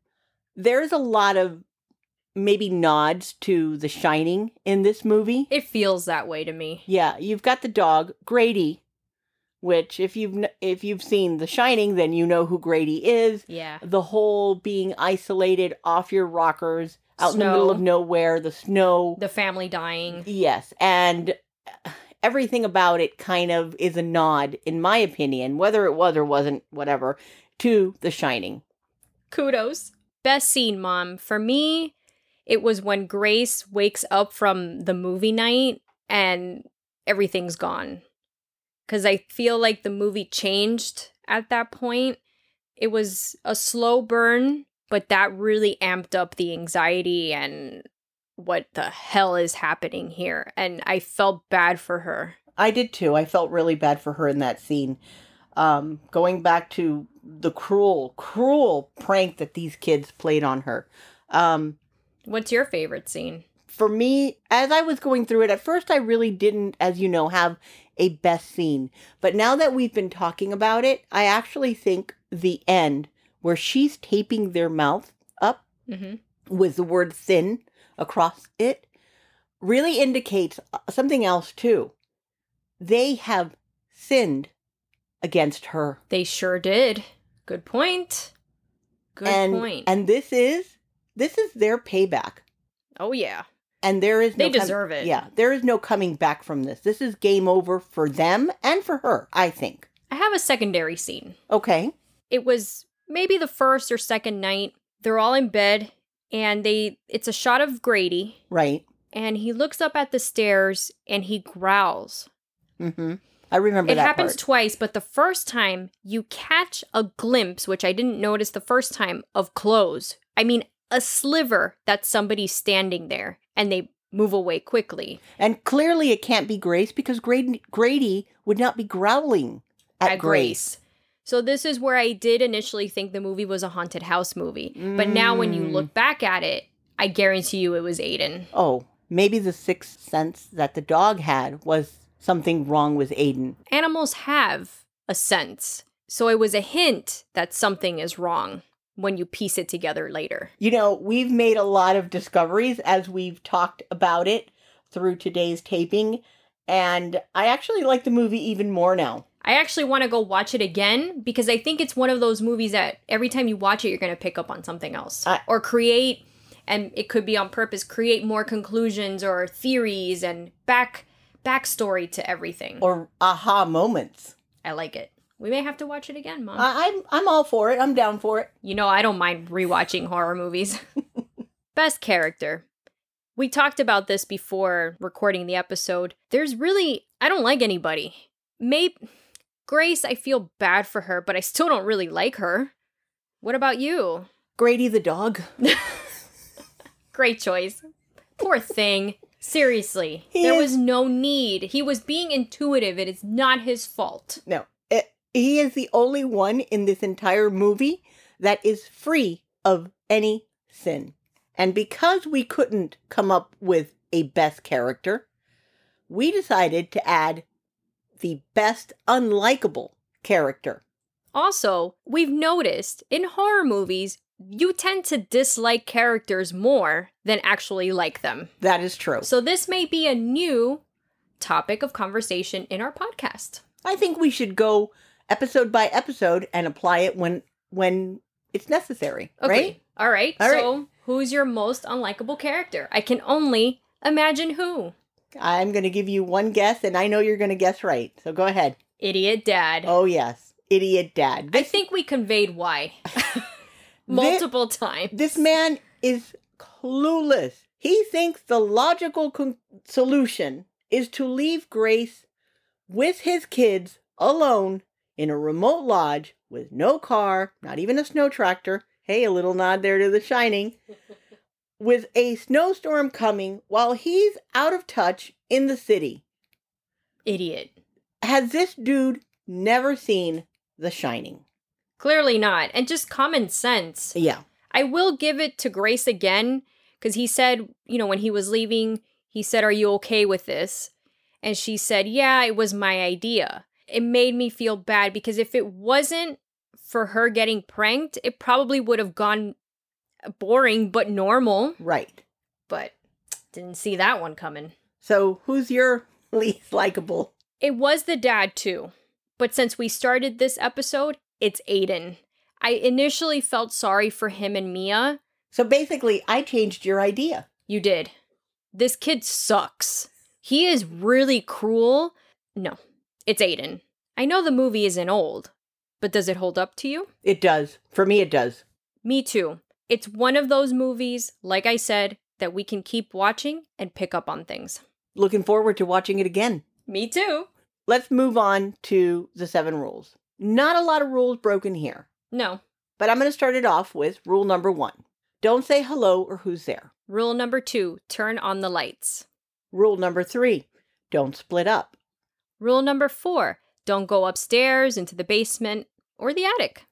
Speaker 1: there's a lot of maybe nods to The Shining in this movie.
Speaker 2: It feels that way to me.
Speaker 1: Yeah, you've got the dog Grady, which if you've kn- if you've seen The Shining, then you know who Grady is.
Speaker 2: Yeah.
Speaker 1: The whole being isolated off your rockers out in the
Speaker 2: Snow.
Speaker 1: middle of nowhere, the snow.
Speaker 2: The family dying.
Speaker 1: Yes, and uh, everything about it kind of is a nod, in my opinion, whether it was or wasn't, whatever, to The Shining.
Speaker 2: Kudos. Best scene, mom. For me, it was when Grace wakes up from the movie night and everything's gone. because I feel like the movie changed at that point. It was a slow burn, but that really amped up the anxiety and what the hell is happening here. And I felt bad for her.
Speaker 1: I did too. I felt really bad for her in that scene. Um, going back to the cruel, cruel prank that these kids played on her. Um,
Speaker 2: What's your favorite scene?
Speaker 1: for me, as I was going through it, at first I really didn't, as you know, have a best scene. But now that we've been talking about it, I actually think the end where she's taping their mouth up
Speaker 2: Mm-hmm.
Speaker 1: with the word thin across it really indicates uh, something else too. They have sinned against her.
Speaker 2: They sure did. Good point. Good
Speaker 1: and
Speaker 2: point.
Speaker 1: and this is this is their payback.
Speaker 2: oh, yeah.
Speaker 1: And there is
Speaker 2: They
Speaker 1: no com-
Speaker 2: deserve it.
Speaker 1: Yeah, there is no coming back from this. This is game over for them and for her, I think.
Speaker 2: I have a secondary scene.
Speaker 1: Okay.
Speaker 2: it was maybe the first or second night. They're all in bed and they it's a shot of Grady
Speaker 1: Right.
Speaker 2: and he looks up at the stairs and he growls.
Speaker 1: Mm-hmm. I remember
Speaker 2: It
Speaker 1: that
Speaker 2: happens
Speaker 1: part.
Speaker 2: twice, but the first time you catch a glimpse, which I didn't notice the first time, of clothes. I mean, a sliver that somebody's standing there and they move away quickly
Speaker 1: and clearly it can't be Grace because Grady, Grady would not be growling at, Grace.
Speaker 2: So this is where I did initially think the movie was a haunted house movie. But now when you
Speaker 1: Mm.
Speaker 2: look back at it, I guarantee you it was Aiden.
Speaker 1: Oh, maybe the sixth sense that the dog had was something wrong with Aiden.
Speaker 2: animals have a sense. So it was a hint that something is wrong when you piece it together later.
Speaker 1: You know, we've made a lot of discoveries as we've talked about it through today's taping. And I actually like the movie even more now.
Speaker 2: I actually want to go watch it again because I think it's one of those movies that every time you watch it, you're going to pick up on something else
Speaker 1: I-
Speaker 2: or create, and it could be on purpose, create more conclusions or theories and back backstory to everything.
Speaker 1: Or aha moments.
Speaker 2: I like it. We may have to watch it again, Mom.
Speaker 1: I, I'm I'm all for it. I'm down for it.
Speaker 2: You know, I don't mind rewatching horror movies. Best character. We talked about this before recording the episode. There's really, I don't like anybody. May Grace, I feel bad for her, but I still don't really like her. What about you?
Speaker 1: Grady the dog.
Speaker 2: Great choice. Poor thing. Seriously,
Speaker 1: He
Speaker 2: there
Speaker 1: is-
Speaker 2: was no need. He was being intuitive. It is not his fault.
Speaker 1: No, it, he is the only one in this entire movie that is free of any sin. And because we couldn't come up with a best character, we decided to add the best unlikable character.
Speaker 2: Also, we've noticed in horror movies, you tend to dislike characters more than actually like them.
Speaker 1: That is true.
Speaker 2: So, this may be a new topic of conversation in our podcast.
Speaker 1: I think we should go episode by episode and apply it when when it's necessary,
Speaker 2: Okay.
Speaker 1: right?
Speaker 2: All right.
Speaker 1: All right.
Speaker 2: so, who's your most unlikable character? I can only imagine who.
Speaker 1: I'm going to give you one guess, and I know you're going to guess right. So go ahead.
Speaker 2: Idiot dad.
Speaker 1: Oh, yes. Idiot dad.
Speaker 2: I
Speaker 1: This,
Speaker 2: think we conveyed why multiple times.
Speaker 1: this man is clueless. He thinks the logical con- solution is to leave Grace with his kids alone in a remote lodge with no car, not even a snow tractor. Hey, a little nod there to The Shining. With a snowstorm coming while he's out of touch in the city.
Speaker 2: Idiot.
Speaker 1: Has this dude never seen The Shining?
Speaker 2: Clearly not. And just common sense.
Speaker 1: Yeah.
Speaker 2: I will give it to Grace again because he said, you know, when he was leaving, he said, Are you okay with this? And she said, Yeah, it was my idea. It made me feel bad because if it wasn't for her getting pranked, it probably would have gone boring but normal.
Speaker 1: Right.
Speaker 2: But didn't see that one coming.
Speaker 1: So who's your least likable?
Speaker 2: It was the dad too. But since we started this episode, it's Aiden. I initially felt sorry for him and Mia.
Speaker 1: So basically, I changed your idea.
Speaker 2: You did. This kid sucks. He is really cruel. No, it's Aiden. I know the movie isn't old, but does it hold up to you?
Speaker 1: It does. For me, it does.
Speaker 2: Me too. It's one of those movies, like I said, that we can keep watching and pick up on things.
Speaker 1: Looking forward to watching it again.
Speaker 2: Me too.
Speaker 1: Let's move on to the seven rules. Not a lot of rules broken here,
Speaker 2: No.
Speaker 1: but I'm going to start it off with rule number one don't say hello or who's there.
Speaker 2: Rule number two turn on the lights.
Speaker 1: Rule number three don't split up.
Speaker 2: Rule number four don't go upstairs into the basement or the attic.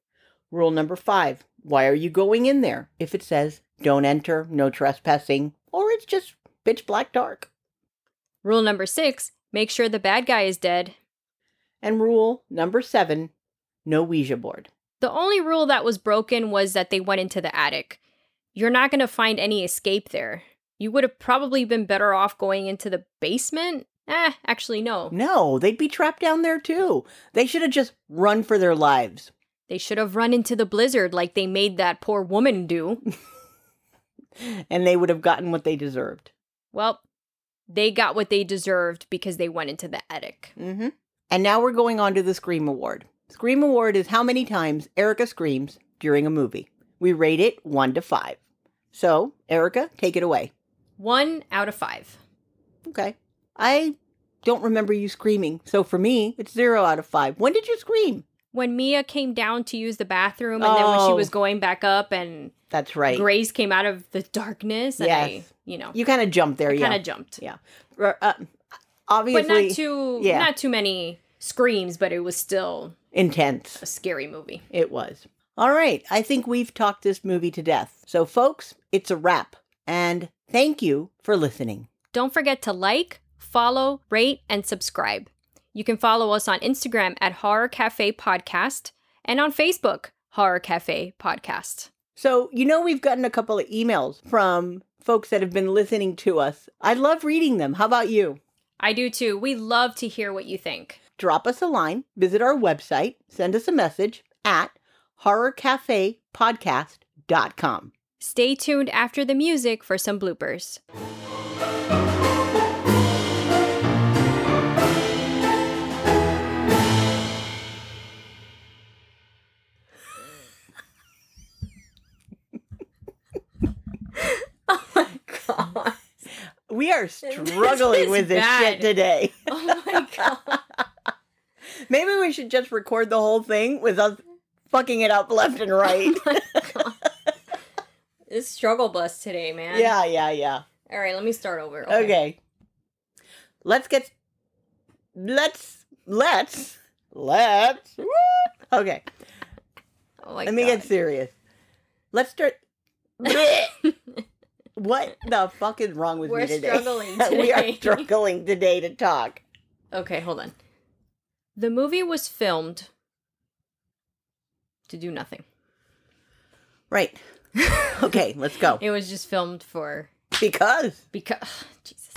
Speaker 1: Rule number five why are you going in there if it says don't enter, no trespassing, or it's just pitch black dark?
Speaker 2: Rule number six make sure the bad guy is dead.
Speaker 1: And rule number seven no Ouija board.
Speaker 2: The only rule that was broken was that they went into the attic. You're not going to find any escape there. You would have probably been better off going into the basement. Eh, actually, no.
Speaker 1: No, they'd be trapped down there too. They should have just run for their lives.
Speaker 2: They should have run into the blizzard like they made that poor woman do.
Speaker 1: and they would have gotten what they deserved.
Speaker 2: Well, they got what they deserved because they went into the attic.
Speaker 1: Mm-hmm. And now we're going on to the Scream Award. Scream Award is how many times Erica screams during a movie. We rate it one to five. So, Erica, take it away.
Speaker 2: One out of five.
Speaker 1: Okay. I don't remember you screaming. So for me, it's zero out of five. When did you scream?
Speaker 2: When Mia came down to use the bathroom, and then when she
Speaker 1: Oh.
Speaker 2: was going back up, and
Speaker 1: That's right.
Speaker 2: Grace came out of the darkness, and I,
Speaker 1: Yes.
Speaker 2: you know,
Speaker 1: You kind of jumped there.
Speaker 2: kind
Speaker 1: yeah.
Speaker 2: of jumped.
Speaker 1: R- uh,
Speaker 2: but
Speaker 1: obviously,
Speaker 2: not too
Speaker 1: yeah.
Speaker 2: not too many screams but it was still
Speaker 1: intense.
Speaker 2: a scary movie
Speaker 1: It was. All right. I think we've talked this movie to death. So, folks, it's a wrap. And thank you for listening.
Speaker 2: don't forget to like follow rate and subscribe you can follow us on instagram at horror cafe podcast and on facebook horror cafe podcast
Speaker 1: So, you know, we've gotten a couple of emails from folks that have been listening to us. I love reading them. How about you?
Speaker 2: i do too we love to hear what you think
Speaker 1: Drop us a line, visit our website, send us a message at horrorcafepodcast.com.
Speaker 2: stay tuned after the music for some bloopers
Speaker 1: Oh We are struggling
Speaker 2: is
Speaker 1: with this
Speaker 2: bad.
Speaker 1: shit today.
Speaker 2: oh my god
Speaker 1: Maybe we should just record the whole thing with us fucking it up left and right.
Speaker 2: this struggle bus today man
Speaker 1: yeah, yeah, yeah.
Speaker 2: all right let me start over
Speaker 1: Okay. Let's get let's let's let's woo. Okay,
Speaker 2: Oh my
Speaker 1: let me
Speaker 2: God.
Speaker 1: get serious. Let's start What the fuck is wrong with
Speaker 2: We're
Speaker 1: me today?
Speaker 2: struggling
Speaker 1: we are
Speaker 2: today.
Speaker 1: struggling today to talk.
Speaker 2: Okay, hold on. The movie was filmed to do nothing.
Speaker 1: Right. Okay, let's go.
Speaker 2: It was just filmed for
Speaker 1: Because
Speaker 2: because Jesus.